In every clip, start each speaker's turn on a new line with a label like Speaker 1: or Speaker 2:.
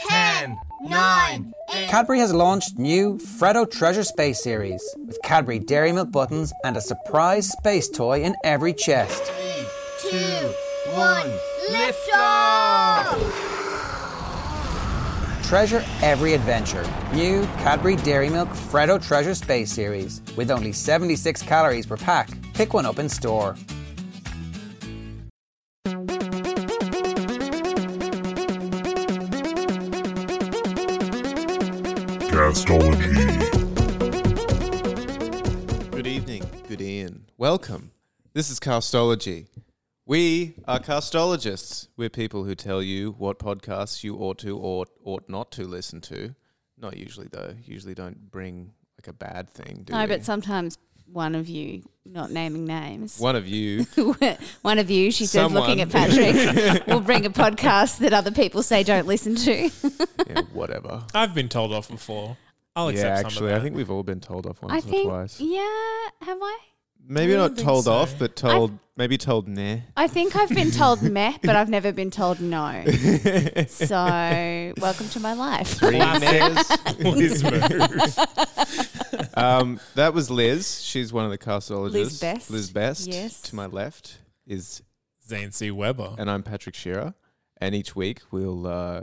Speaker 1: 10, 9, 8.
Speaker 2: Cadbury has launched new Freddo Treasure Space series with Cadbury Dairy Milk buttons and a surprise space toy in every chest.
Speaker 1: two, one, lift off!
Speaker 2: Treasure every adventure. New Cadbury Dairy Milk Freddo Treasure Space series with only 76 calories per pack. Pick one up in store.
Speaker 3: Castology.
Speaker 4: Good evening, good Ian. Welcome. This is Castology. We are castologists. We're people who tell you what podcasts you ought to or ought not to listen to. Not usually, though. Usually don't bring like a bad thing, do
Speaker 5: No,
Speaker 4: we?
Speaker 5: but sometimes one of you, not naming names,
Speaker 4: One of you.
Speaker 5: one of you, she says, looking at
Speaker 4: Someone.
Speaker 5: Patrick, will bring a podcast that other people say don't listen to.
Speaker 4: yeah, whatever.
Speaker 6: I've been told off before. I'll
Speaker 4: Yeah,
Speaker 6: accept some of
Speaker 4: actually,
Speaker 6: that.
Speaker 4: I think we've all been told off once
Speaker 5: I
Speaker 4: or
Speaker 5: think,
Speaker 4: twice.
Speaker 5: yeah, have I?
Speaker 4: Maybe
Speaker 6: I don't
Speaker 4: not
Speaker 6: think
Speaker 4: told
Speaker 6: so.
Speaker 4: off, but told, maybe told nah.
Speaker 5: I think I've been told meh, but I've never been told no. so, welcome to my life.
Speaker 4: Three nahs.
Speaker 6: Liz Moose.
Speaker 4: um, that was Liz. She's one of the castologists.
Speaker 5: Liz Best.
Speaker 4: Liz Best.
Speaker 5: Yes.
Speaker 4: To my left is
Speaker 6: Zane C. Weber.
Speaker 4: and I'm Patrick Shearer. And each week we'll uh,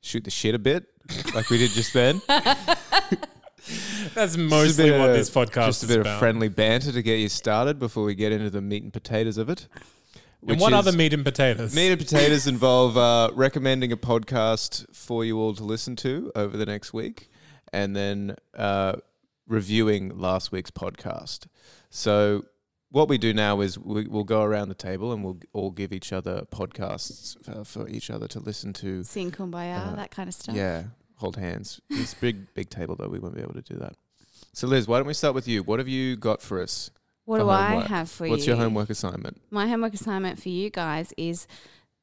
Speaker 4: shoot the shit a bit, like we did just then. Just
Speaker 6: That's
Speaker 4: a
Speaker 6: mostly
Speaker 4: bit
Speaker 6: what
Speaker 4: of-
Speaker 6: this podcast
Speaker 4: Just a
Speaker 6: is
Speaker 4: bit
Speaker 6: about.
Speaker 4: of friendly banter to get you started before we get into the meat and potatoes of it.
Speaker 6: and
Speaker 4: which
Speaker 6: what
Speaker 4: is-
Speaker 6: other meat and potatoes?
Speaker 4: Meat and potatoes involve uh, recommending a podcast for you all to listen to over the next week, and then uh, reviewing last week's podcast. So, what we do now is we, we'll go around the table and we'll all give each other podcasts uh, for each other to listen to.
Speaker 5: Sing Kumbaya,
Speaker 4: Uh,
Speaker 5: that kind of stuff.
Speaker 4: Yeah, hold hands. It's a big, big table though. We won't be able to do that. So, Liz, why don't we start with you? What have you got for us?
Speaker 5: What
Speaker 4: for
Speaker 5: do I
Speaker 4: homework?
Speaker 5: have for you?
Speaker 4: Oh, What's your homework assignment?
Speaker 5: My homework assignment for you guys is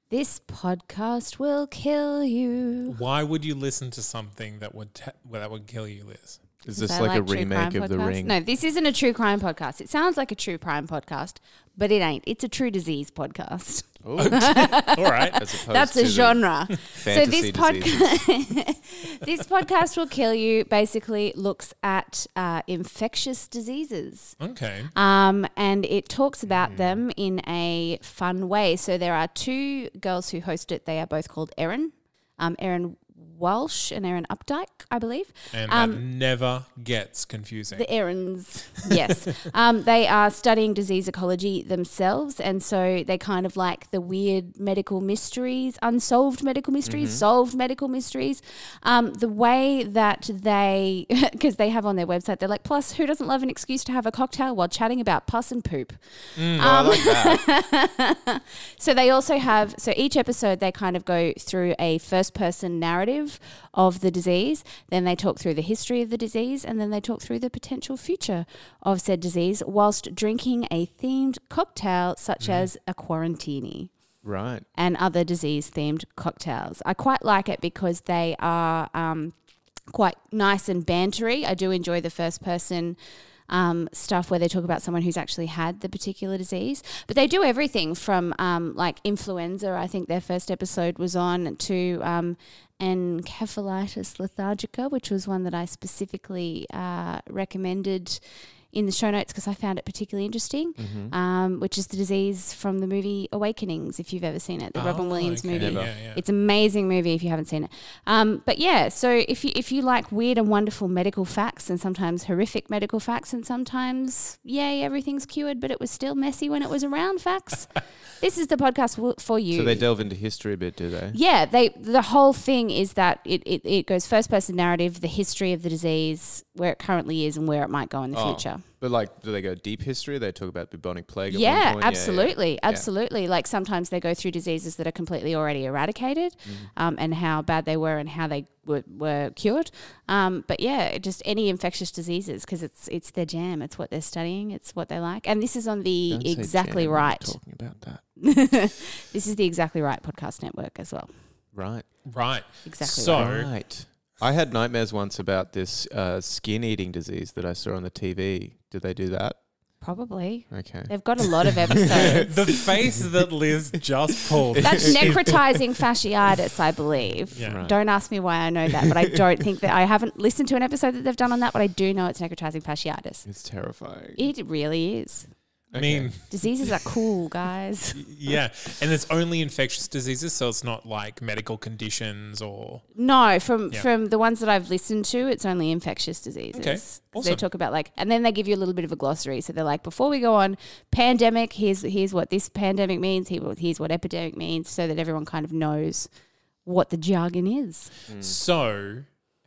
Speaker 5: this podcast will kill you.
Speaker 6: Why would you listen to something that would te- well, that would kill you, Liz?
Speaker 4: Is
Speaker 5: Is
Speaker 4: this
Speaker 5: that
Speaker 4: like, a
Speaker 5: true
Speaker 4: remake
Speaker 5: crime
Speaker 4: of The
Speaker 5: podcast?
Speaker 4: Ring?
Speaker 5: No, this isn't a true crime podcast. It sounds like a true crime podcast, but it ain't. It's a true disease podcast.
Speaker 6: All right.
Speaker 4: As opposed
Speaker 5: That's
Speaker 4: to
Speaker 5: a
Speaker 4: the
Speaker 5: genre. so
Speaker 4: fantasy
Speaker 5: this podcast, this podcast will kill you. Basically, looks at uh, infectious diseases.
Speaker 6: Okay.
Speaker 5: Um, and it talks about
Speaker 4: Hmm.
Speaker 5: them in a fun way. So there are two girls who host it. They are both called Erin, um, Erin Walsh and Erin Updike, I believe.
Speaker 6: And that
Speaker 5: um,
Speaker 6: never gets confusing.
Speaker 5: the errands, yes. um, they are studying disease ecology themselves, and so they kind of like the weird medical mysteries, unsolved medical mysteries, solved medical mysteries. Um, the way that they, because they have on their website, they're like, plus, who doesn't love an excuse to have a cocktail while chatting about pus and poop?
Speaker 4: I like that.
Speaker 5: So they also have so each episode they kind of go through a first person narrative of the disease, then they talk through the history of the disease and then they talk through the potential future of said disease whilst drinking a themed cocktail such as a quarantini
Speaker 4: right.
Speaker 5: and other disease themed cocktails. I quite like it because they are um, quite nice and bantery. I do enjoy the first person um, stuff where they talk about someone who's actually had the particular disease. But they do everything from um, like influenza, I think their first episode was on, to um, encephalitis lethargica, which was one that I specifically uh, recommended. In the show notes because I found it particularly interesting, um, which is the disease from the movie Awakenings, if you've ever seen it, the Robin
Speaker 6: Oh,
Speaker 5: Williams
Speaker 6: okay.
Speaker 5: movie.
Speaker 6: Never. Yeah, yeah.
Speaker 5: It's an amazing movie if you haven't seen it. Um, but yeah, so if you if you like weird and wonderful medical facts and sometimes horrific medical facts and sometimes yay everything's cured but it was still messy when it was around facts, this is the podcast w- for you.
Speaker 4: So they delve into history a bit, do they?
Speaker 5: yeah, they the whole thing is that it, it, it goes first person narrative, the history of the disease, where it currently is and where it might go in the
Speaker 4: Oh.
Speaker 5: future.
Speaker 4: But like, do they go deep history? They talk about bubonic plague. at one
Speaker 5: Yeah,
Speaker 4: point?
Speaker 5: absolutely, absolutely. Like sometimes they go through diseases that are completely already eradicated,
Speaker 4: Mm-hmm.
Speaker 5: um, and how bad they were and how they were, were cured. Um, but yeah, just any infectious diseases because it's it's their jam. It's what they're studying. It's what they like. And this is on the
Speaker 4: Don't say
Speaker 5: exactly
Speaker 4: jam when you're
Speaker 5: right.
Speaker 4: Talking about that.
Speaker 5: This is the exactly right podcast network as well.
Speaker 4: Right.
Speaker 6: right.
Speaker 5: Exactly
Speaker 6: So
Speaker 4: Right. I had nightmares once about this uh, skin eating disease that I saw on the TV. Did they do that?
Speaker 5: Probably.
Speaker 4: Okay.
Speaker 5: They've got a lot of episodes.
Speaker 6: The face that Liz just pulled.
Speaker 5: That's necrotizing fasciitis, I believe.
Speaker 6: Yeah. Right.
Speaker 5: Don't ask me why I know that, but I don't think that I haven't listened to an episode that they've done on that, but I do know it's necrotizing fasciitis.
Speaker 4: It's terrifying.
Speaker 5: It really is.
Speaker 6: I mean,
Speaker 5: Diseases are cool, guys.
Speaker 6: yeah. And it's only infectious diseases, so it's not like medical conditions or.
Speaker 5: No, from
Speaker 6: Yeah.
Speaker 5: from the ones that I've listened to, it's only infectious diseases. 'Cause They
Speaker 6: awesome.
Speaker 5: talk about like, and then they give you a little bit of a glossary. So they're like, before we go on, pandemic. Here's here's what this pandemic means. Here, here's what epidemic means, so that everyone kind of knows what the jargon is.
Speaker 4: Mm.
Speaker 6: So,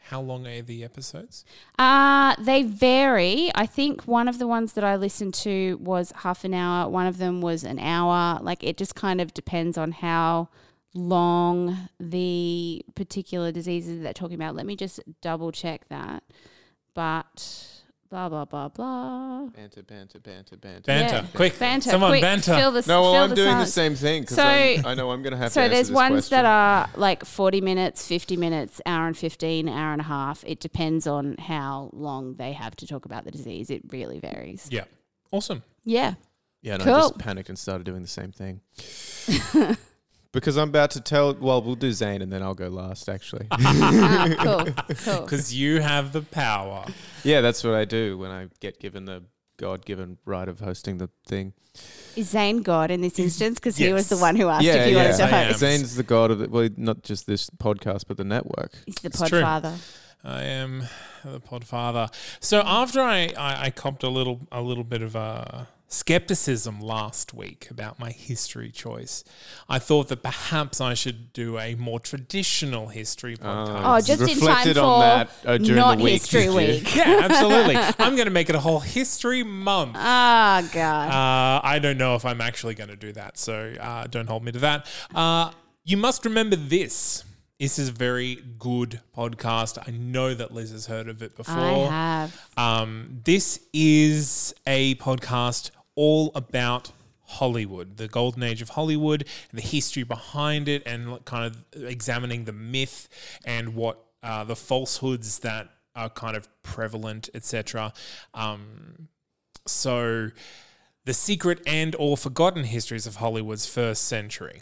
Speaker 6: how long are the episodes?
Speaker 5: Uh, they vary. I think one of the ones that I listened to was half an hour, one of them was an hour. Like it just kind of depends on how long the particular diseases that they're talking about. Let me just double check that. But blah blah blah blah.
Speaker 4: Banter, banter, banter, banter.
Speaker 6: Banter.
Speaker 5: Yeah.
Speaker 6: Quick.
Speaker 5: Banter.
Speaker 6: Someone
Speaker 5: quick,
Speaker 6: banter.
Speaker 5: Fill the,
Speaker 4: No, well,
Speaker 5: fill
Speaker 4: I'm doing the
Speaker 5: silence.
Speaker 4: same thing because
Speaker 5: So-
Speaker 4: I know I'm going to have to
Speaker 5: So
Speaker 4: answer
Speaker 5: there's
Speaker 4: this
Speaker 5: ones that
Speaker 4: question.
Speaker 5: are like 40 minutes, 50 minutes, hour and 15, hour and a half. It depends on how long they have to talk about the disease. It really varies.
Speaker 6: Yeah. Awesome.
Speaker 5: Yeah.
Speaker 4: Yeah, and I
Speaker 5: Cool.
Speaker 4: just panicked and started doing the same thing. because I'm about to tell. Well, we'll do Zane and then I'll go last, actually.
Speaker 5: Ah, cool. Cool.
Speaker 6: Because you have the power.
Speaker 4: yeah, that's what I do when I get given the God given right of hosting the thing.
Speaker 5: Is Zane God in this instance? Because he was the
Speaker 6: Yes.
Speaker 5: one who asked
Speaker 4: yeah,
Speaker 5: if you
Speaker 4: yeah.
Speaker 5: wanted to
Speaker 6: I am.
Speaker 5: host.
Speaker 4: Zane's the God of the. Well, not just this podcast, but the network.
Speaker 5: He's the
Speaker 6: It's true.
Speaker 5: podfather.
Speaker 6: I am the podfather. So after I, I, I copped a little a little bit of a skepticism last week about my history choice, I thought that perhaps I should do a more traditional history podcast.
Speaker 5: Oh, just in time
Speaker 4: reflected
Speaker 5: for
Speaker 4: on that, uh, during the
Speaker 5: not
Speaker 4: week,
Speaker 5: history
Speaker 4: did you?
Speaker 5: week.
Speaker 6: Yeah, absolutely. I'm going to make it a whole history month.
Speaker 5: Ah, God.
Speaker 6: Uh, I don't know if I'm actually going to do that, so uh, don't hold me to that. Uh, you must remember this. This is a very good podcast. I know that Liz has heard of it before.
Speaker 5: I have.
Speaker 6: Um, this is a podcast all about Hollywood, the golden age of Hollywood, the history behind it, and like kind of examining the myth and what uh, the falsehoods that are kind of prevalent, etc. Um, so, the secret and/or forgotten histories of Hollywood's first century.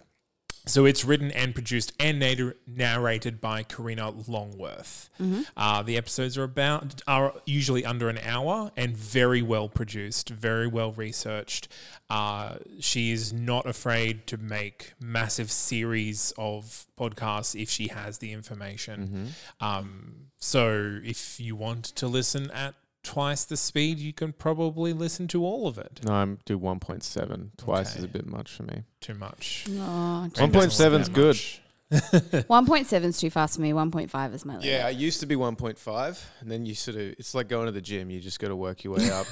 Speaker 6: So it's written and produced and nat- narrated by Karina Longworth. Uh, the episodes are about are usually under an hour and very well produced, very well researched. Uh, she is not afraid to make massive series of podcasts if she has the information. Um, so if you want to listen at twice the speed, you can probably listen to all of it.
Speaker 4: No, I'm do 1.7. Twice is a
Speaker 6: Okay.
Speaker 4: bit much for me.
Speaker 6: Too much.
Speaker 5: Oh,
Speaker 6: Brain doesn't work
Speaker 4: 1.7 's
Speaker 6: that
Speaker 4: good.
Speaker 6: much.
Speaker 5: 1.7 is too fast for me. 1.5 is my limit.
Speaker 4: Yeah, I used to be 1.5, and then you sort of. It's like going to the gym. You just got to work your way up.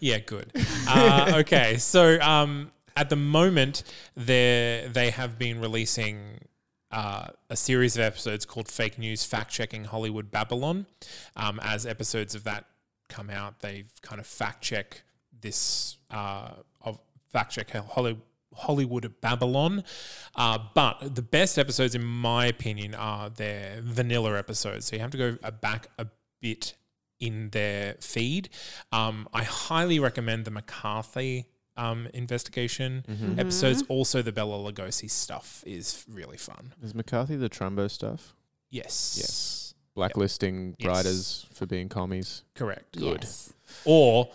Speaker 6: Yeah, good. Uh, okay, so um, at the moment, they they have been releasing uh, a series of episodes called "Fake News Fact Checking Hollywood Babylon." Um, as episodes of that come out, they kind of fact check this uh, of fact check Hollywood. Hollywood Babylon, uh, but the best episodes, in my opinion, are their vanilla episodes. So you have to go uh, back a bit in their feed. Um, I highly recommend the McCarthy um, investigation
Speaker 4: Mm-hmm.
Speaker 6: episodes. Also, the Bella Lugosi stuff is really fun.
Speaker 4: Is McCarthy the Trumbo stuff?
Speaker 6: Yes.
Speaker 4: Yes. Blacklisting
Speaker 6: Yes.
Speaker 4: writers for being commies.
Speaker 6: Correct.
Speaker 5: Yes.
Speaker 6: Or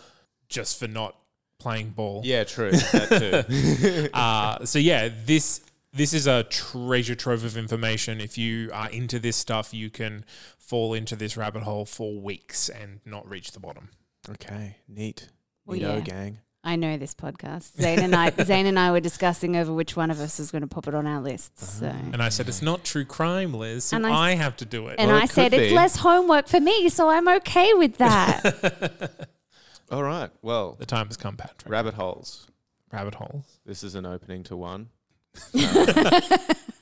Speaker 6: just for not playing ball.
Speaker 4: Yeah, true. That too.
Speaker 6: Uh, so yeah, this this is a treasure trove of information. If you are into this stuff, you can fall into this rabbit hole for weeks and not reach the bottom.
Speaker 4: okay, neat.
Speaker 5: Well,
Speaker 4: you know,
Speaker 5: yeah.
Speaker 4: gang.
Speaker 5: I know this podcast. Zane and I, Zane and I were discussing over which one of us was going to pop it on our
Speaker 4: Ah.
Speaker 5: lists. So.
Speaker 6: And I said, it's not true crime, Liz. So
Speaker 5: And
Speaker 6: I,
Speaker 5: I-
Speaker 6: have to do it.
Speaker 5: And
Speaker 4: Well, it
Speaker 5: I
Speaker 4: could
Speaker 5: said it's
Speaker 4: be.
Speaker 5: less homework for me, so I'm okay with that.
Speaker 4: All right. Well,
Speaker 6: the time has come, Patrick.
Speaker 4: rabbit holes.
Speaker 6: rabbit holes.
Speaker 4: This is an opening to one. Um,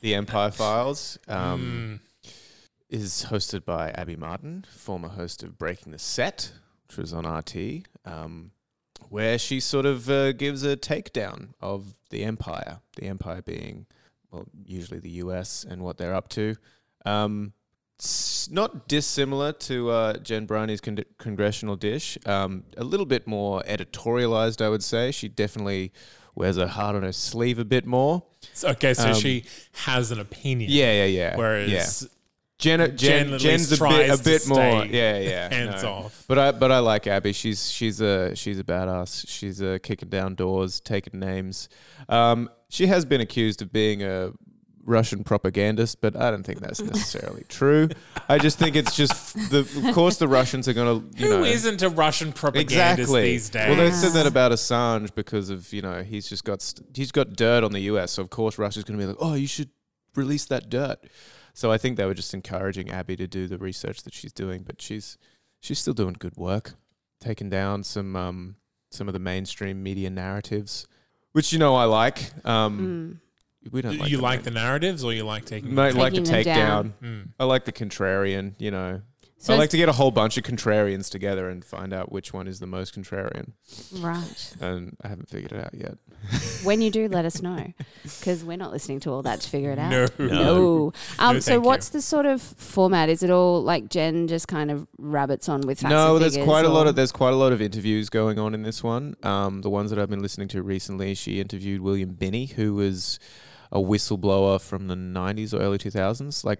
Speaker 4: the Empire Files
Speaker 6: Hmm.
Speaker 4: um, is hosted by Abby Martin, former host of Breaking the Set, which was on RT, um, where she sort of uh, gives a takedown of the Empire. The Empire being, well, usually the US and what they're up to. Um, s- not dissimilar to uh, Jen Briney's con- congressional dish. Um, a little bit more editorialized, I would say. She definitely wears her heart on her sleeve a bit more.
Speaker 6: So- Mm. okay, so she has an opinion.
Speaker 4: um, Yeah, yeah, yeah.
Speaker 6: Whereas
Speaker 4: yeah. Jen,
Speaker 6: Jen
Speaker 4: Jen,
Speaker 6: at
Speaker 4: Jen's
Speaker 6: least
Speaker 4: a bit,
Speaker 6: tries
Speaker 4: a
Speaker 6: to
Speaker 4: bit more,
Speaker 6: stay
Speaker 4: yeah, yeah,
Speaker 6: hands off.
Speaker 4: But I, but I like Abby. She's she's a she's a badass. She's a kicking down doors, taking names. Um, she has been accused of being a Russian propagandist, but I don't think that's necessarily true. I just think it's just the, of course, the Russians are going to, you know,
Speaker 6: who not a Russian propagandist
Speaker 4: exactly
Speaker 6: these days?
Speaker 4: Well, they said that about Assange because of you know he's just got st- he's got dirt on the U.S. So of course Russia's going to be like, oh, you should release that dirt. So I think they were just encouraging Abby to do the research that she's doing, but she's she's still doing good work, taking down some um, some of the mainstream media narratives, which you know I like.
Speaker 5: Hmm.
Speaker 4: Um, We don't like
Speaker 6: you
Speaker 4: the
Speaker 6: like
Speaker 4: main-
Speaker 6: the narratives or you like taking Hmm.
Speaker 4: I like to
Speaker 5: Mm. Taking them
Speaker 4: take down.
Speaker 5: down.
Speaker 4: I like the contrarian, you know.
Speaker 5: So
Speaker 4: I like
Speaker 5: it's-
Speaker 4: to get a whole bunch of contrarians together and find out which one is the most contrarian.
Speaker 5: Right.
Speaker 4: And I haven't figured it out yet.
Speaker 5: When you do, let us know because we're not listening to all that to figure it out.
Speaker 6: No.
Speaker 5: No. Um,
Speaker 6: No,
Speaker 5: so,
Speaker 6: thank
Speaker 5: what's
Speaker 6: you.
Speaker 5: the sort of format? Is it all like Jen just kind of rabbits on with facts?
Speaker 4: no,
Speaker 5: and
Speaker 4: there's
Speaker 5: figures,
Speaker 4: quite a lot
Speaker 5: or-
Speaker 4: of there's quite a lot of interviews going on in this one. Um, the ones that I've been listening to recently, she interviewed William Binney, who was a whistleblower from the '90s or early 2000s, like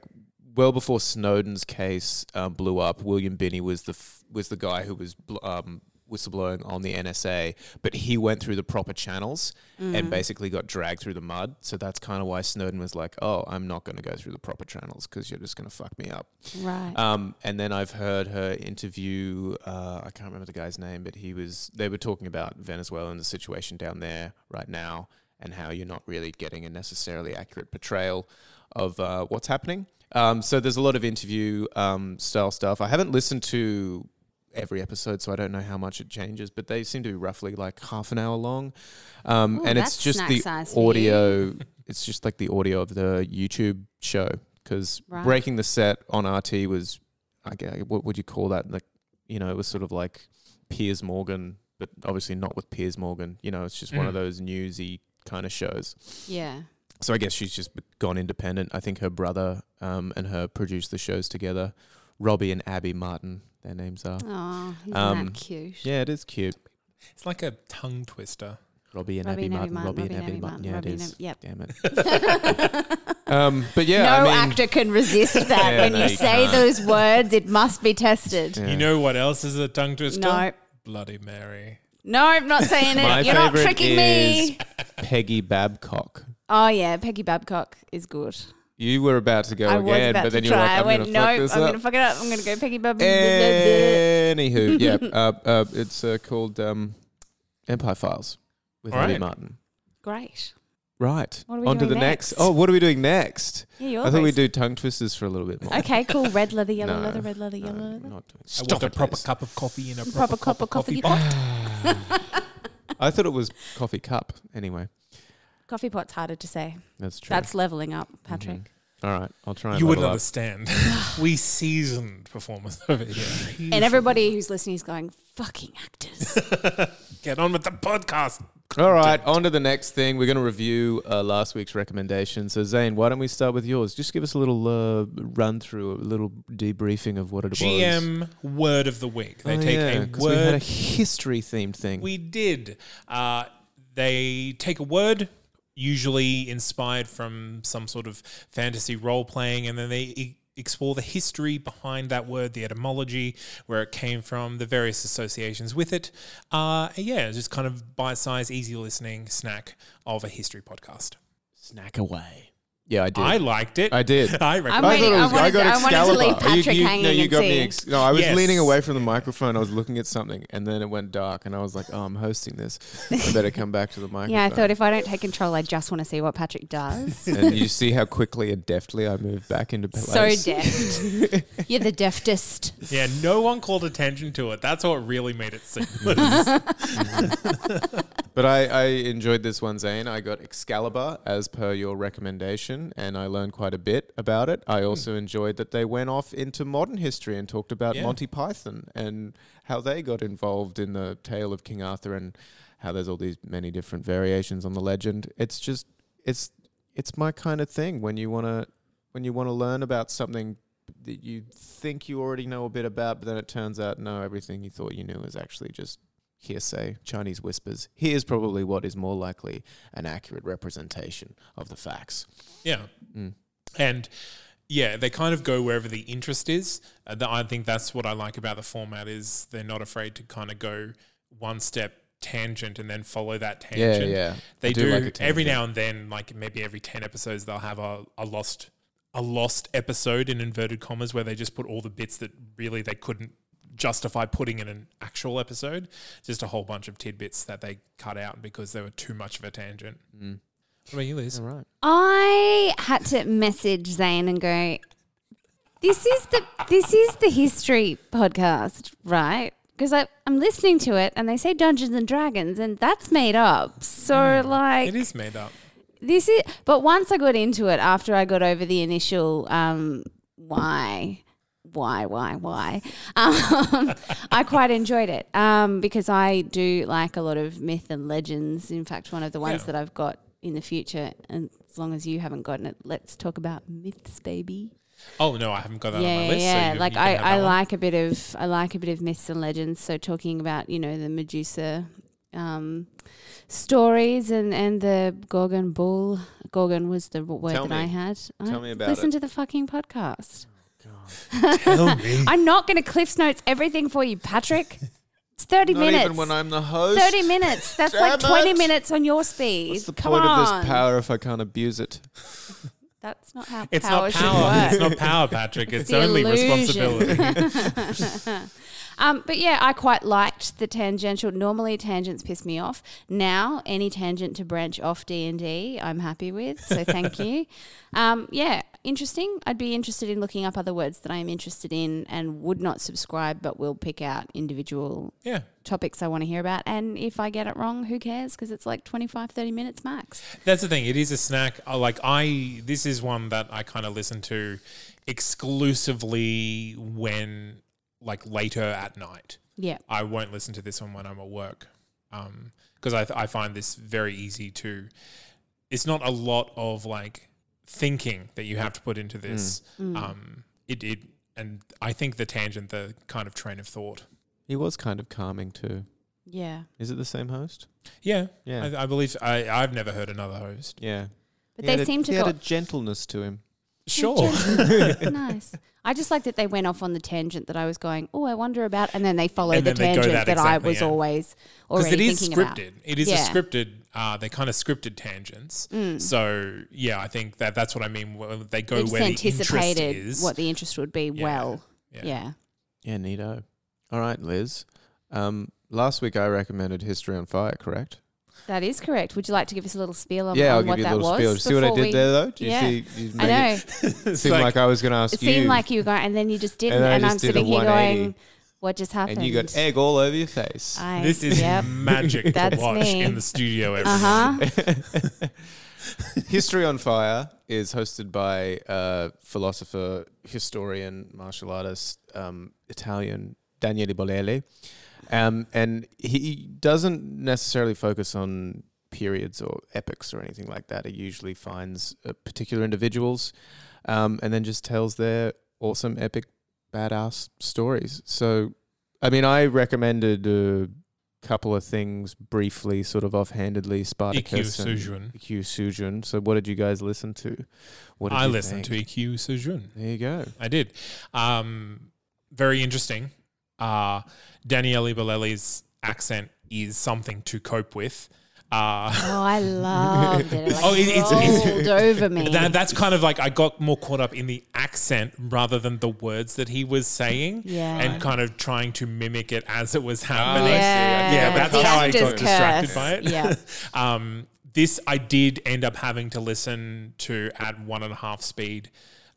Speaker 4: well before Snowden's case uh, blew up. William Binney was the f- was the guy who was bl- um, whistleblowing on the NSA, but he went through the proper channels
Speaker 5: Mm.
Speaker 4: and basically got dragged through the mud. So that's kind of why Snowden was like, "Oh, I'm not going to go through the proper channels because you're just going to fuck me up."
Speaker 5: Right.
Speaker 4: Um, and then I've heard her interview. Uh, I can't remember the guy's name, but he was. They were talking about Venezuela and the situation down there right now, and how you're not really getting a necessarily accurate portrayal of uh, what's happening. Um, so there's a lot of interview um, style stuff. I haven't listened to every episode, so I don't know how much it changes, but they seem to be roughly like half an hour long. Um,
Speaker 5: Ooh,
Speaker 4: and it's
Speaker 5: that's
Speaker 4: just
Speaker 5: snack
Speaker 4: the
Speaker 5: size for you.
Speaker 4: audio. It's just like the audio of the YouTube show because
Speaker 5: Right.
Speaker 4: breaking the set on RT was, I guess, what would you call that? Like, you know, it was sort of like Piers Morgan, but obviously not with Piers Morgan. You know, it's just one of
Speaker 6: Mm.
Speaker 4: those newsy kind of shows.
Speaker 5: yeah.
Speaker 4: So I guess she's just be- gone independent. I think her brother um, and her produced the shows together. Robbie and Abby Martin, their names are.
Speaker 5: Oh, isn't
Speaker 4: Um,
Speaker 5: that cute?
Speaker 4: Yeah, it is cute.
Speaker 6: It's like a tongue twister.
Speaker 4: Robbie and Abby
Speaker 5: Robbie and Abby
Speaker 4: Martin.
Speaker 5: Martin,
Speaker 4: Robbie and Abby Martin. Yeah, it
Speaker 5: Robbie and
Speaker 4: is.
Speaker 5: Abby- yep.
Speaker 4: Damn it. um, but yeah,
Speaker 5: no
Speaker 4: I mean,
Speaker 5: actor can resist that.
Speaker 4: Yeah,
Speaker 5: when
Speaker 4: no,
Speaker 5: you
Speaker 4: you
Speaker 5: say
Speaker 4: can't.
Speaker 5: those words, it must be tested.
Speaker 4: Yeah.
Speaker 6: You know what else is a tongue twister?
Speaker 5: No.
Speaker 6: Bloody Mary.
Speaker 5: No, I'm not saying it.
Speaker 4: my
Speaker 5: You're not
Speaker 4: favorite
Speaker 5: tricking
Speaker 4: is
Speaker 5: me.
Speaker 4: Peggy Babcock.
Speaker 5: Oh yeah, Peggy Babcock is good.
Speaker 4: You were about to go
Speaker 5: I was
Speaker 4: again,
Speaker 5: about
Speaker 4: but then
Speaker 5: to
Speaker 4: you were
Speaker 5: try.
Speaker 4: like, I'm
Speaker 5: I went,
Speaker 4: gonna
Speaker 5: no,
Speaker 4: fuck this
Speaker 5: I'm
Speaker 4: up. Eh.
Speaker 5: gonna fuck it up. I'm gonna go Peggy Babcock.
Speaker 4: Anywho, yeah, uh, uh, it's uh, called um, Empire Files with
Speaker 6: All
Speaker 4: Abby
Speaker 6: right.
Speaker 4: Martin.
Speaker 5: Great.
Speaker 4: Right.
Speaker 5: What are we
Speaker 4: On to
Speaker 5: doing
Speaker 4: the next?
Speaker 5: next?
Speaker 4: Oh, what are we doing next?
Speaker 5: Yeah, you
Speaker 4: I thought we'd
Speaker 5: always-
Speaker 4: do tongue twisters for a little bit more.
Speaker 5: Okay, cool. Red leather, yellow
Speaker 4: No,
Speaker 5: leather, red leather,
Speaker 4: No,
Speaker 5: yellow
Speaker 4: I'm
Speaker 5: leather.
Speaker 4: not doing
Speaker 6: I
Speaker 4: Stop
Speaker 6: want a
Speaker 4: it,
Speaker 6: proper
Speaker 4: please.
Speaker 6: cup of coffee in a proper,
Speaker 5: Proper
Speaker 6: cup
Speaker 5: cup
Speaker 6: of coffee.
Speaker 5: of coffee.
Speaker 4: I thought it was coffee cup. Anyway,
Speaker 5: Coffee pot's harder to say.
Speaker 4: that's true. Mm-hmm.
Speaker 5: That's leveling up, Patrick.
Speaker 4: All right, I'll try and
Speaker 6: Oh, You wouldn't
Speaker 4: level up.
Speaker 6: understand. we seasoned performers over here.
Speaker 5: And everybody who's listening is going, fucking actors.
Speaker 6: Get on with the podcast.
Speaker 4: All right, on to the next thing. We're going to review uh, last week's recommendation. So, Zane, why don't we start with yours? Just give us a little uh, run through, a little debriefing of what it was.
Speaker 6: GM word of the week. They
Speaker 4: Oh,
Speaker 6: take
Speaker 4: yeah,
Speaker 6: a
Speaker 4: 'cause
Speaker 6: word.
Speaker 4: We had a history themed thing.
Speaker 6: We did. Uh, they take a word, usually inspired from some sort of fantasy role playing, and then they e- explore the history behind that word, the etymology, where it came from, the various associations with it. Uh, and yeah, it's just kind of bite sized, easy listening snack of a history podcast.
Speaker 4: Snack away. Yeah, I did.
Speaker 6: I liked it.
Speaker 4: I did.
Speaker 6: I
Speaker 4: I
Speaker 6: recommend
Speaker 5: waiting-
Speaker 6: it.
Speaker 5: I wanted to- I wanted to leave
Speaker 4: Excalibur.
Speaker 5: Patrick
Speaker 4: you, you,
Speaker 5: hanging
Speaker 4: No, you
Speaker 5: and
Speaker 4: got me.
Speaker 5: seeing.
Speaker 4: Ex- no, I was
Speaker 6: Yes.
Speaker 4: leaning away from the microphone. I was looking at something, and then it went dark, and I was like, "Oh, I'm hosting this. I better come back to the microphone."
Speaker 5: yeah, I thought if I don't take control, I just want to see what Patrick does.
Speaker 4: and you see how quickly and deftly I moved back into place.
Speaker 5: so deft. You're the deftest.
Speaker 6: Yeah, no one called attention to it. That's what really made it seamless.
Speaker 4: But I, I enjoyed this one, Zane. I got Excalibur as per your recommendation, and I learned quite a bit about it. I also enjoyed that they went off into modern history and talked about
Speaker 6: Yeah.
Speaker 4: Monty Python and how they got involved in the tale of King Arthur and how there's all these many different variations on the legend. It's just it's it's my kind of thing when you wanna when you wanna learn about something that you think you already know a bit about, but then it turns out no, everything you thought you knew is actually just hearsay, Chinese whispers. Here's probably what is more likely an accurate representation of the facts.
Speaker 6: Yeah.
Speaker 4: Mm.
Speaker 6: And yeah, they kind of go wherever the interest is. Uh, th- I think that's what I like about the format is they're not afraid to kind of go one step tangent and then follow that tangent.
Speaker 4: yeah.
Speaker 6: They
Speaker 4: I
Speaker 6: do,
Speaker 4: do like a
Speaker 6: every
Speaker 4: tangent.
Speaker 6: now and then, like maybe every 10 episodes they'll have a, a lost a lost episode in inverted commas where they just put all the bits that really they couldn't justify putting in an actual episode, just a whole bunch of tidbits that they cut out because they were too much of a tangent.
Speaker 4: Mm.
Speaker 6: What about you, Liz?
Speaker 4: All right.
Speaker 5: I had to message Zane and go, "This is the this is the history podcast, right?" Because I'm listening to it and they say Dungeons and Dragons and that's made up. So
Speaker 4: Mm.
Speaker 5: like
Speaker 6: It is made up.
Speaker 5: this is but once i got into it after i got over the initial um why why why why um, i quite enjoyed it um because i do like a lot of myth and legends in fact one of the ones
Speaker 6: Yeah.
Speaker 5: that i've got in the future and as long as you haven't gotten it let's talk about myths baby
Speaker 6: Oh no, I haven't got that on
Speaker 5: yeah,
Speaker 6: my list.
Speaker 5: yeah.
Speaker 6: so you,
Speaker 5: like
Speaker 6: you can
Speaker 5: I,
Speaker 6: have
Speaker 5: I
Speaker 6: that one.
Speaker 5: like a bit of I like a bit of myths and legends. So talking about you know the Medusa um, stories and and the Gorgon bull. Gorgon was the word
Speaker 4: Tell
Speaker 5: that I
Speaker 4: me.
Speaker 5: had.
Speaker 4: Tell
Speaker 5: I-
Speaker 4: me about
Speaker 5: Listen
Speaker 4: it.
Speaker 5: to the fucking podcast.
Speaker 6: Tell me.
Speaker 5: I'm not going to Cliff's notes everything for you, Patrick. It's thirty
Speaker 4: Not
Speaker 5: minutes.
Speaker 4: even when I'm the host.
Speaker 5: thirty minutes. That's like
Speaker 4: Damn
Speaker 5: twenty
Speaker 4: it.
Speaker 5: minutes on your speed.
Speaker 4: What's the
Speaker 5: Come
Speaker 4: point
Speaker 5: on.
Speaker 4: of this power if I can't abuse it?
Speaker 5: That's not how
Speaker 6: It's
Speaker 5: power
Speaker 6: not
Speaker 5: should
Speaker 6: power.
Speaker 5: work.
Speaker 6: It's not power, Patrick. It's,
Speaker 5: the
Speaker 6: only
Speaker 5: illusion.
Speaker 6: responsibility.
Speaker 5: Um, but yeah, I quite liked the tangential. Normally, tangents piss me off. Now, any tangent to branch off D and D, I'm happy with. So thank you. Um, yeah, interesting. I'd be interested in looking up other words that I am interested in and would not subscribe, but will pick out individual
Speaker 6: yeah.
Speaker 5: topics I want to hear about. And if I get it wrong, who cares? Because it's like 25, 30 minutes max.
Speaker 6: That's the thing. It is a snack. I like I this is one that I kind of listen to exclusively when like later at night.
Speaker 5: Yeah.
Speaker 6: I won't listen to this one when I'm at work because I, I find this very easy to. It's not a lot of like thinking that you have to put into this.
Speaker 5: Mm.
Speaker 6: Um, it, it and I think the tangent, the kind of train of thought.
Speaker 4: He was kind of calming too.
Speaker 5: Yeah.
Speaker 4: Is it the same host?
Speaker 6: Yeah,
Speaker 4: Yeah.
Speaker 6: I, I believe I, I've never heard another host.
Speaker 4: Yeah.
Speaker 5: But
Speaker 4: He had
Speaker 5: they
Speaker 4: a-
Speaker 5: seem to
Speaker 4: He
Speaker 5: go.
Speaker 4: had a gentleness to him.
Speaker 6: Sure.
Speaker 5: nice. I just like that they went off on the tangent that I was going, oh, I wonder about, and then they followed
Speaker 6: And
Speaker 5: the
Speaker 6: then they go
Speaker 5: tangent that,
Speaker 6: that
Speaker 5: I
Speaker 6: exactly,
Speaker 5: was
Speaker 6: yeah.
Speaker 5: always
Speaker 6: because
Speaker 5: already
Speaker 6: it is
Speaker 5: thinking about.
Speaker 6: scripted. It is
Speaker 5: Yeah. Mm.
Speaker 6: a scripted. Uh, they kind of scripted tangents. So yeah, I think that that's what I mean. Well, They go
Speaker 5: They just
Speaker 6: where the interest
Speaker 5: anticipated
Speaker 6: is.
Speaker 5: what the interest would be.
Speaker 6: Yeah.
Speaker 5: Well,
Speaker 6: Yeah.
Speaker 5: yeah.
Speaker 4: Yeah, neato. All right, Liz. Um, last week I recommended History on Fire, correct?
Speaker 5: that is correct. Would you like to give us a little spiel on,
Speaker 4: yeah, I'll
Speaker 5: Um, on
Speaker 4: give
Speaker 5: what
Speaker 4: you a
Speaker 5: that
Speaker 4: little
Speaker 5: was?
Speaker 4: spiel. See what I
Speaker 5: before
Speaker 4: did
Speaker 5: we-
Speaker 4: there, though? Do you
Speaker 5: yeah.
Speaker 4: see? You
Speaker 5: I
Speaker 4: make
Speaker 5: know.
Speaker 4: It seem like, I was going to ask
Speaker 5: It
Speaker 4: you.
Speaker 5: seemed like you got, and then you just didn't,
Speaker 4: And
Speaker 5: and,
Speaker 4: I
Speaker 5: I'm
Speaker 4: just did a
Speaker 5: sitting here
Speaker 4: 180.
Speaker 5: going, what just happened?
Speaker 4: and you got eh, egg all over your face.
Speaker 5: I,
Speaker 6: This is
Speaker 5: yep.
Speaker 6: magic to
Speaker 5: That's
Speaker 6: watch
Speaker 5: me.
Speaker 6: in the studio.
Speaker 5: Uh
Speaker 6: everyone.
Speaker 5: huh.
Speaker 4: History on Fire is hosted by uh, philosopher, historian, martial artist, um, Italian Daniele Bolelli. Um, and he doesn't necessarily focus on periods or epochs or anything like that. He usually finds uh, particular individuals um, and then just tells their awesome, epic, badass stories. So, I mean, I recommended a couple of things briefly, sort of offhandedly.
Speaker 6: EQ
Speaker 4: Spartacus. and-
Speaker 6: Sujun.
Speaker 4: EQ Sujun. So what did you guys listen to? What did
Speaker 6: I
Speaker 4: you
Speaker 6: listened
Speaker 4: think?
Speaker 6: to E EQ Sujun.
Speaker 4: There you go.
Speaker 6: I did. Um, very interesting. Uh, Daniele Bellelli's accent is something to cope with. Uh,
Speaker 5: Oh, I loved it. It like
Speaker 6: Oh, it- it's- it's-
Speaker 5: rolled over me.
Speaker 6: that, that's kind of like I got more caught up in the accent rather than the words that he was saying
Speaker 5: Yeah.
Speaker 6: and kind of trying to mimic it as it was happening.
Speaker 5: yeah,
Speaker 6: Yeah, that's
Speaker 5: the
Speaker 6: how I
Speaker 5: actor's
Speaker 6: got distracted
Speaker 5: curse.
Speaker 6: by it.
Speaker 5: Yeah.
Speaker 6: um, this I did end up having to listen to at one and a half speed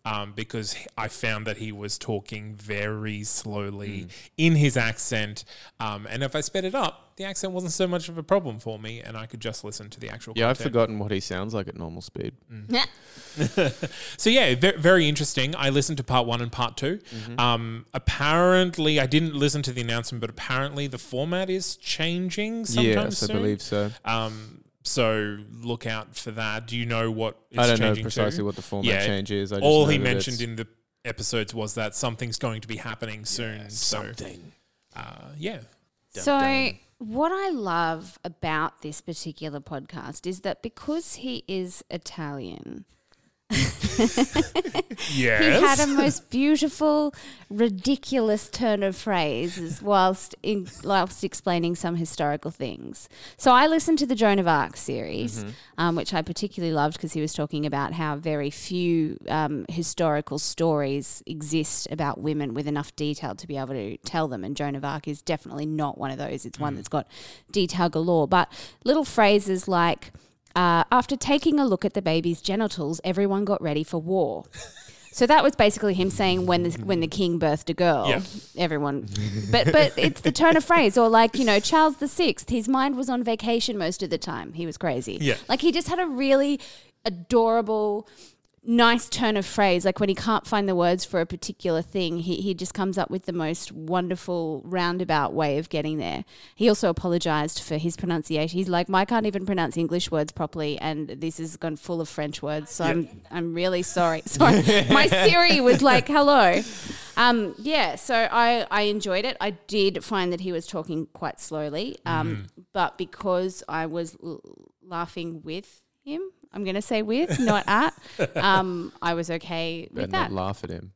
Speaker 6: um, because he- I found that he was talking very
Speaker 4: Hmm.
Speaker 6: slowly in his accent. Um, and if I sped it up, the accent wasn't so much of a problem for me, and I could just listen to the actual.
Speaker 4: Yeah, I've
Speaker 6: content. Mm.
Speaker 4: forgotten what he sounds like at normal speed.
Speaker 6: So yeah, ve- very interesting. I listened to part one and part 2
Speaker 4: Mm-hmm.
Speaker 6: Um, apparently, I didn't listen to the announcement, but apparently the format is changing. Sometime
Speaker 4: yes,
Speaker 6: soon.
Speaker 4: I believe so.
Speaker 6: Um, so look out for that. Do you know what? It's
Speaker 4: I don't know
Speaker 6: changing to?
Speaker 4: precisely what the format change is. I just
Speaker 6: all
Speaker 4: know
Speaker 6: he
Speaker 4: that
Speaker 6: mentioned
Speaker 4: it's-
Speaker 6: in the episodes was that something's going to be happening soon. so
Speaker 4: Something.
Speaker 6: uh, yeah,
Speaker 5: So, what I love about this particular podcast is that because he is Italian, he had
Speaker 6: yes,
Speaker 5: a most beautiful, ridiculous turn of phrases whilst in, whilst explaining some historical things. So I listened to the Joan of Arc series, um, which I particularly loved because he was talking about how very few um, historical stories exist about women with enough detail to be able to tell them, and Joan of Arc is definitely not one of those. It's one that's got detail galore, but little phrases like. Uh, after taking a look at the baby's genitals, everyone got ready for war. So that was basically him saying when the when the king birthed a girl,
Speaker 6: Yeah.
Speaker 5: everyone. But but it's the turn of phrase, or like you know Charles the Sixth. His mind was on vacation most of the time. He was crazy.
Speaker 6: Yeah.
Speaker 5: like he just had a really adorable. Nice turn of phrase, like when he can't find the words for a particular thing, he, he just comes up with the most wonderful roundabout way of getting there. He also apologized for his pronunciation. He's like, I can't even pronounce English words properly, and this has gone full of French words, so I'm I'm really sorry. Sorry, my Siri was like, "Hello." Um, yeah, so I, I enjoyed it. I did find that he was talking quite slowly, um,
Speaker 4: Mm-hmm.
Speaker 5: but because I was l- laughing with him, I'm going to say with, not at, um, I was okay
Speaker 4: Better
Speaker 5: with
Speaker 4: not
Speaker 5: that.
Speaker 4: laugh at him.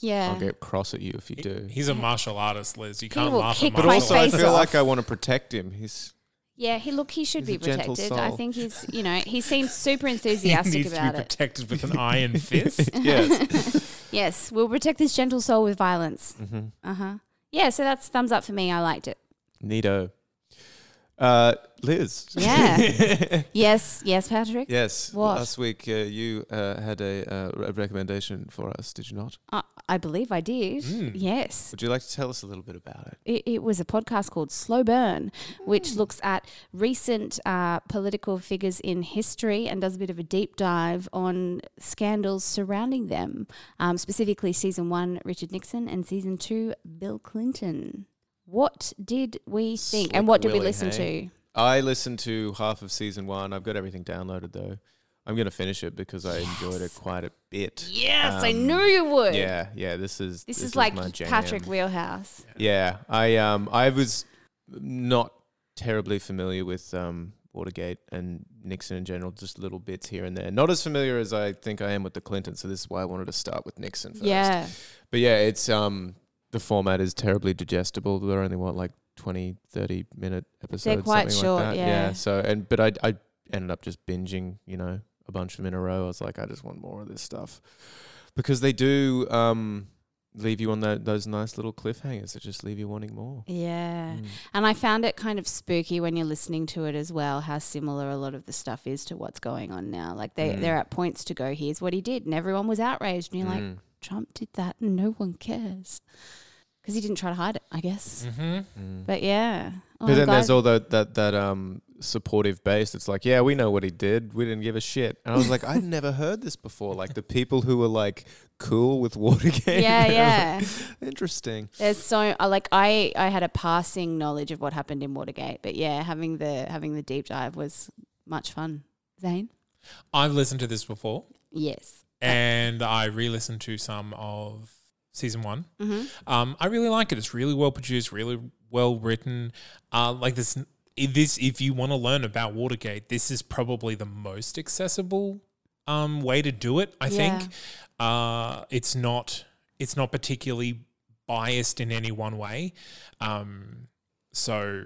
Speaker 5: yeah.
Speaker 4: I'll get cross at you if you do.
Speaker 6: he's a martial artist, Liz. You can't
Speaker 5: will
Speaker 6: laugh
Speaker 5: kick
Speaker 6: at
Speaker 5: my
Speaker 4: But
Speaker 6: martial
Speaker 4: also, I
Speaker 5: face
Speaker 4: feel
Speaker 5: off.
Speaker 4: like I want to protect him. He's
Speaker 5: Yeah, he look he should
Speaker 4: He's
Speaker 5: be
Speaker 4: a gentle
Speaker 5: protected. I
Speaker 4: soul.
Speaker 5: think he's you know he seems super
Speaker 6: artists.
Speaker 5: enthusiastic
Speaker 6: needs to be
Speaker 5: about it.
Speaker 6: protected with an iron fist.
Speaker 4: yes.
Speaker 5: Yes, we'll protect this gentle soul with violence.
Speaker 4: Mm-hmm.
Speaker 5: Uh huh. Yeah, so that's thumbs up for me. I liked it.
Speaker 4: Neato. Uh, Liz.
Speaker 5: Yeah. yes, yes, Patrick.
Speaker 4: Yes.
Speaker 5: What?
Speaker 4: Last week uh, you uh, had a, uh, a recommendation for us, did you not?
Speaker 5: I, I believe I did.
Speaker 4: Mm.
Speaker 5: Yes.
Speaker 4: Would you like to tell us a little bit about it?
Speaker 5: It, it was a podcast called Slow Burn, which looks at recent uh, political figures in history and does a bit of a deep dive on scandals surrounding them, um, specifically season one, Richard Nixon, and season two, Bill Clinton. What did we think? and
Speaker 4: Slick
Speaker 5: what did we
Speaker 4: Willy,
Speaker 5: listen
Speaker 4: hey?
Speaker 5: to?
Speaker 4: I listened to half of season one. I've got everything downloaded though. I'm going to finish it because I enjoyed it quite a bit.
Speaker 5: Yes, I
Speaker 4: Um,
Speaker 5: knew you would.
Speaker 4: Yeah, yeah. This is
Speaker 5: This, is
Speaker 4: was
Speaker 5: like
Speaker 4: my jam.
Speaker 5: Patrick Wheelhouse.
Speaker 4: Yeah, I um I was not terribly familiar with um Watergate and Nixon in general, just little bits here and there. Not as familiar as I think I am with the Clinton, so this is why I wanted to start with Nixon first.
Speaker 5: Yeah.
Speaker 4: But yeah, it's um the format is terribly digestible. They're only what like 20, 30 minute episodes.
Speaker 5: quite
Speaker 4: something
Speaker 5: short,
Speaker 4: like that.
Speaker 5: yeah.
Speaker 4: So and but I I ended up just binging, you know, a bunch of them in a row. I was like, I just want more of this stuff because they do um leave you on tho- those nice little cliffhangers that just leave you wanting more.
Speaker 5: Yeah. And I found it kind of spooky when you're listening to it as well, how similar a lot of the stuff is to what's going on now. Like they, they're at points to go, here's what he did. And everyone was outraged. And you're
Speaker 4: Mm.
Speaker 5: like, "Oh Trump did that and no one cares. Because he didn't try to hide it, I guess.
Speaker 6: Mm. Mm-hmm.
Speaker 5: But yeah. Oh,
Speaker 4: But
Speaker 5: I'm
Speaker 4: then
Speaker 5: glad-
Speaker 4: there's all that that that um supportive base that's like, yeah, we know what he did. We didn't give a shit. And I was like, I'd never heard this before. Like the people who were like cool with Watergate.
Speaker 5: Yeah,
Speaker 4: They're
Speaker 5: yeah.
Speaker 4: like, Interesting.
Speaker 5: There's so I like I I had a passing knowledge of what happened in Watergate, but yeah, having the having the deep dive was much fun. Zane,
Speaker 6: I've listened to this before,
Speaker 5: yes,
Speaker 6: and I re-listened to some of season one.
Speaker 5: mm-hmm.
Speaker 6: Um, I really like it. It's really well produced, really well written. Uh, like this, if this if you want to learn about Watergate, this is probably the most accessible um, way to do it. I
Speaker 5: Yeah.
Speaker 6: think uh, it's not it's not particularly biased in any one way. Um, so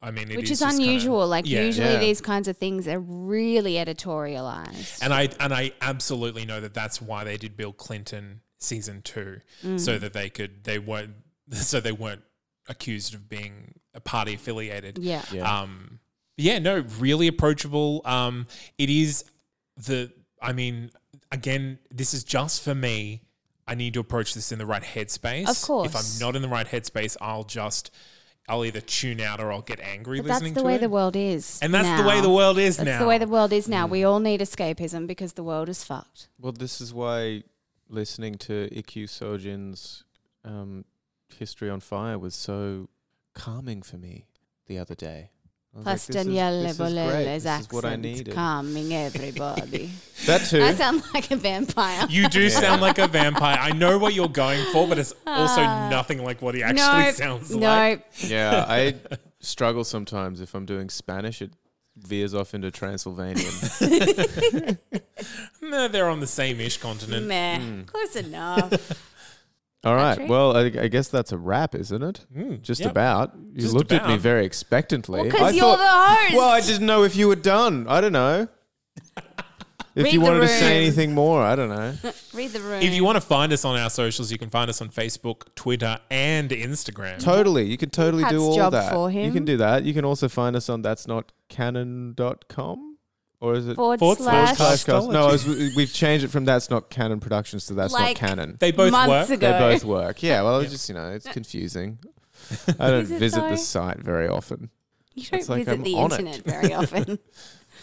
Speaker 6: I mean, it
Speaker 5: which is,
Speaker 6: just kinda-
Speaker 5: unusual. like
Speaker 6: Yeah.
Speaker 5: usually
Speaker 4: Yeah.
Speaker 5: these kinds of things are really editorialized.
Speaker 6: And I and I absolutely know that that's why they did Bill Clinton season two,
Speaker 5: Mm.
Speaker 6: so that they could they weren't so they weren't accused of being a party affiliated.
Speaker 5: yeah.
Speaker 6: Um, yeah, no, really approachable. Um, it is the, I mean, again, this is just for me. I need to approach this in the right headspace.
Speaker 5: Of course.
Speaker 6: If I'm not in the right headspace, I'll just, I'll either tune out or I'll get angry
Speaker 5: But that's
Speaker 6: listening
Speaker 5: the
Speaker 6: to
Speaker 5: way
Speaker 6: it.
Speaker 5: the world is.
Speaker 6: and that's the
Speaker 5: now.
Speaker 6: way the world is
Speaker 5: That's
Speaker 6: now. Mm.
Speaker 5: the way the world is now. We all need escapism because the world is fucked.
Speaker 4: Well, this is why listening to Ikkyu Sojin's um, History on Fire was so calming for me the other day.
Speaker 5: Plus
Speaker 4: this is-
Speaker 5: Daniele
Speaker 4: this is great.
Speaker 5: Bolelle's
Speaker 4: This is
Speaker 5: accent
Speaker 4: what I needed.
Speaker 5: calming everybody.
Speaker 4: That too.
Speaker 5: I sound like a vampire.
Speaker 6: You do sound like a vampire. I know what you're going for, but it's also nothing like what he actually sounds
Speaker 5: Ah. no,
Speaker 6: like.
Speaker 4: yeah, I struggle sometimes if I'm doing Spanish. It veers off into Transylvanian.
Speaker 6: No, they're on the same ish continent.
Speaker 5: meh,
Speaker 6: Mm.
Speaker 5: close enough.
Speaker 4: All right.
Speaker 5: Patrick?
Speaker 4: Well, I, I guess that's a wrap, isn't it? Hmm, Just
Speaker 6: yep.
Speaker 4: about. You
Speaker 6: Just
Speaker 4: looked at me
Speaker 6: about.
Speaker 4: very expectantly.
Speaker 5: Well, 'cause
Speaker 4: I
Speaker 5: you're the host.
Speaker 4: Well, I didn't know if you were done. I don't know. If
Speaker 5: Read
Speaker 4: you
Speaker 5: the
Speaker 4: wanted to say
Speaker 5: room.
Speaker 4: anything more, I don't know.
Speaker 5: Read the room.
Speaker 6: If you want to find us on our socials, you can find us on Facebook, Twitter, and Instagram.
Speaker 4: Totally. You can totally
Speaker 5: Pat's
Speaker 4: do all
Speaker 5: job
Speaker 4: that.
Speaker 5: for
Speaker 4: You
Speaker 5: him.
Speaker 4: can do that. You can also find us on that's not canon.com or is it
Speaker 5: forward,
Speaker 6: Forward
Speaker 5: slash,
Speaker 6: slash
Speaker 4: Podcast. No, it was, we've changed it from that's not canon productions to that's
Speaker 5: Like-
Speaker 4: not canon.
Speaker 6: They both work.
Speaker 5: months ago.
Speaker 4: They both work. Yeah, well, it's just, you know, it's confusing. I don't
Speaker 5: Is it
Speaker 4: visit
Speaker 5: though?
Speaker 4: the site very often.
Speaker 5: you don't
Speaker 4: It's like
Speaker 5: visit
Speaker 4: I'm
Speaker 5: the
Speaker 4: on it.
Speaker 5: internet very often.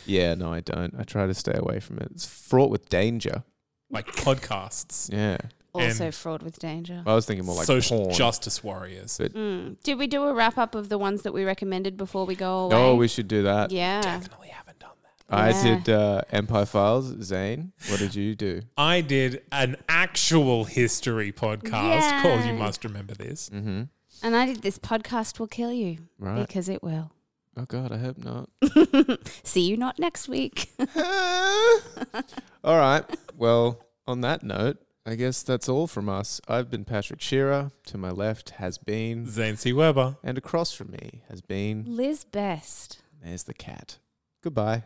Speaker 4: Yeah, no, I don't. I try to stay away from it. It's fraught with danger.
Speaker 6: Like podcasts.
Speaker 4: Yeah.
Speaker 5: also,
Speaker 6: And-
Speaker 5: fraud with danger.
Speaker 4: I was thinking more like
Speaker 6: social
Speaker 4: porn.
Speaker 6: justice warriors.
Speaker 4: But-
Speaker 5: Hmm. Did we do a wrap up of the ones that we recommended before we go away?
Speaker 4: oh, we should do that.
Speaker 5: yeah.
Speaker 6: Definitely haven't done that.
Speaker 4: I
Speaker 5: Yeah.
Speaker 4: did uh, Empire Files. Zane, what did you do?
Speaker 6: I did an actual history podcast called You Must Remember This.
Speaker 4: Mm-hmm.
Speaker 5: And I did this podcast will kill you
Speaker 4: Right.
Speaker 5: because it will.
Speaker 4: Oh, God, I hope not.
Speaker 5: See you not next week.
Speaker 4: all right. Well, on that note, I guess that's all from us. I've been Patrick Shearer. To my left has been,
Speaker 6: Zane C. Weber.
Speaker 4: and across from me has been,
Speaker 5: Liz best.
Speaker 4: there's the cat. Goodbye.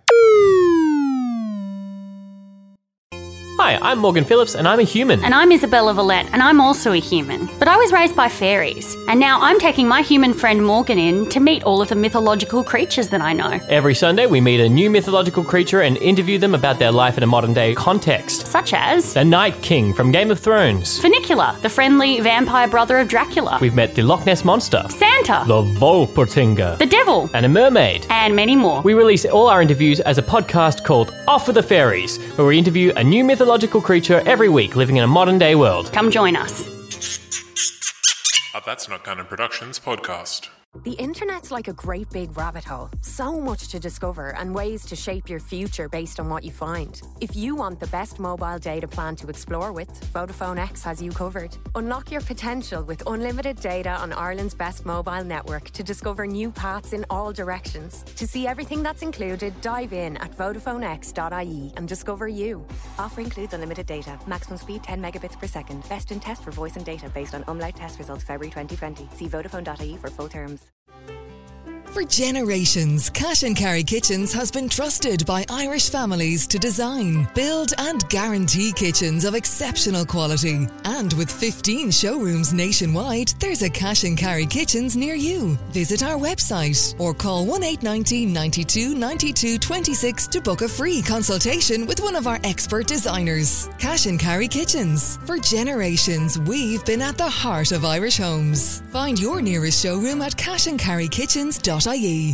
Speaker 7: Hi, I'm Morgan Phillips, and I'm a human.
Speaker 8: And I'm Isabella Valette, and I'm also a human. But I was raised by fairies, and now I'm taking my human friend Morgan in to meet all of the mythological creatures that I know.
Speaker 7: Every Sunday, we meet a new mythological creature and interview them about their life in a modern day context.
Speaker 8: Such as
Speaker 7: The Night King from Game of Thrones.
Speaker 8: Funicula, the friendly vampire brother of Dracula,
Speaker 7: We've met the Loch Ness Monster,
Speaker 8: Santa,
Speaker 7: the Volpertinger,
Speaker 8: the devil,
Speaker 7: and a mermaid.
Speaker 8: and many more.
Speaker 7: We release all our interviews as a podcast called Off with the Fairies, where we interview a new mythological creature every week living in a modern day world.
Speaker 8: Come join us.
Speaker 9: A Uh, That's Not Canon Productions podcast.
Speaker 10: The internet's like a great big rabbit hole. So much to discover and ways to shape your future based on what you find. If you want the best mobile data plan to explore with, Vodafone X has you covered. Unlock your potential with unlimited data on Ireland's best mobile network to discover new paths in all directions. To see everything that's included, dive in at vodafonex.ie and discover you. Offer includes unlimited data, maximum speed 10 megabits per second, best in test for voice and data based on umlaut test results February 2020. See vodafone.ie E for full terms.
Speaker 11: For generations, Cat and Carry Kitchens has been trusted by Irish families to design, build, and guarantee kitchens of exceptional quality. And with 15 showrooms nationwide, there's a Cash and Carry Kitchens near you. Visit our website or call 1890 92 92 26 to book a free consultation with one of our expert designers. Cash and Carry Kitchens. For generations, we've been at the heart of Irish homes. Find your nearest showroom at cashandcarrykitchens.ie.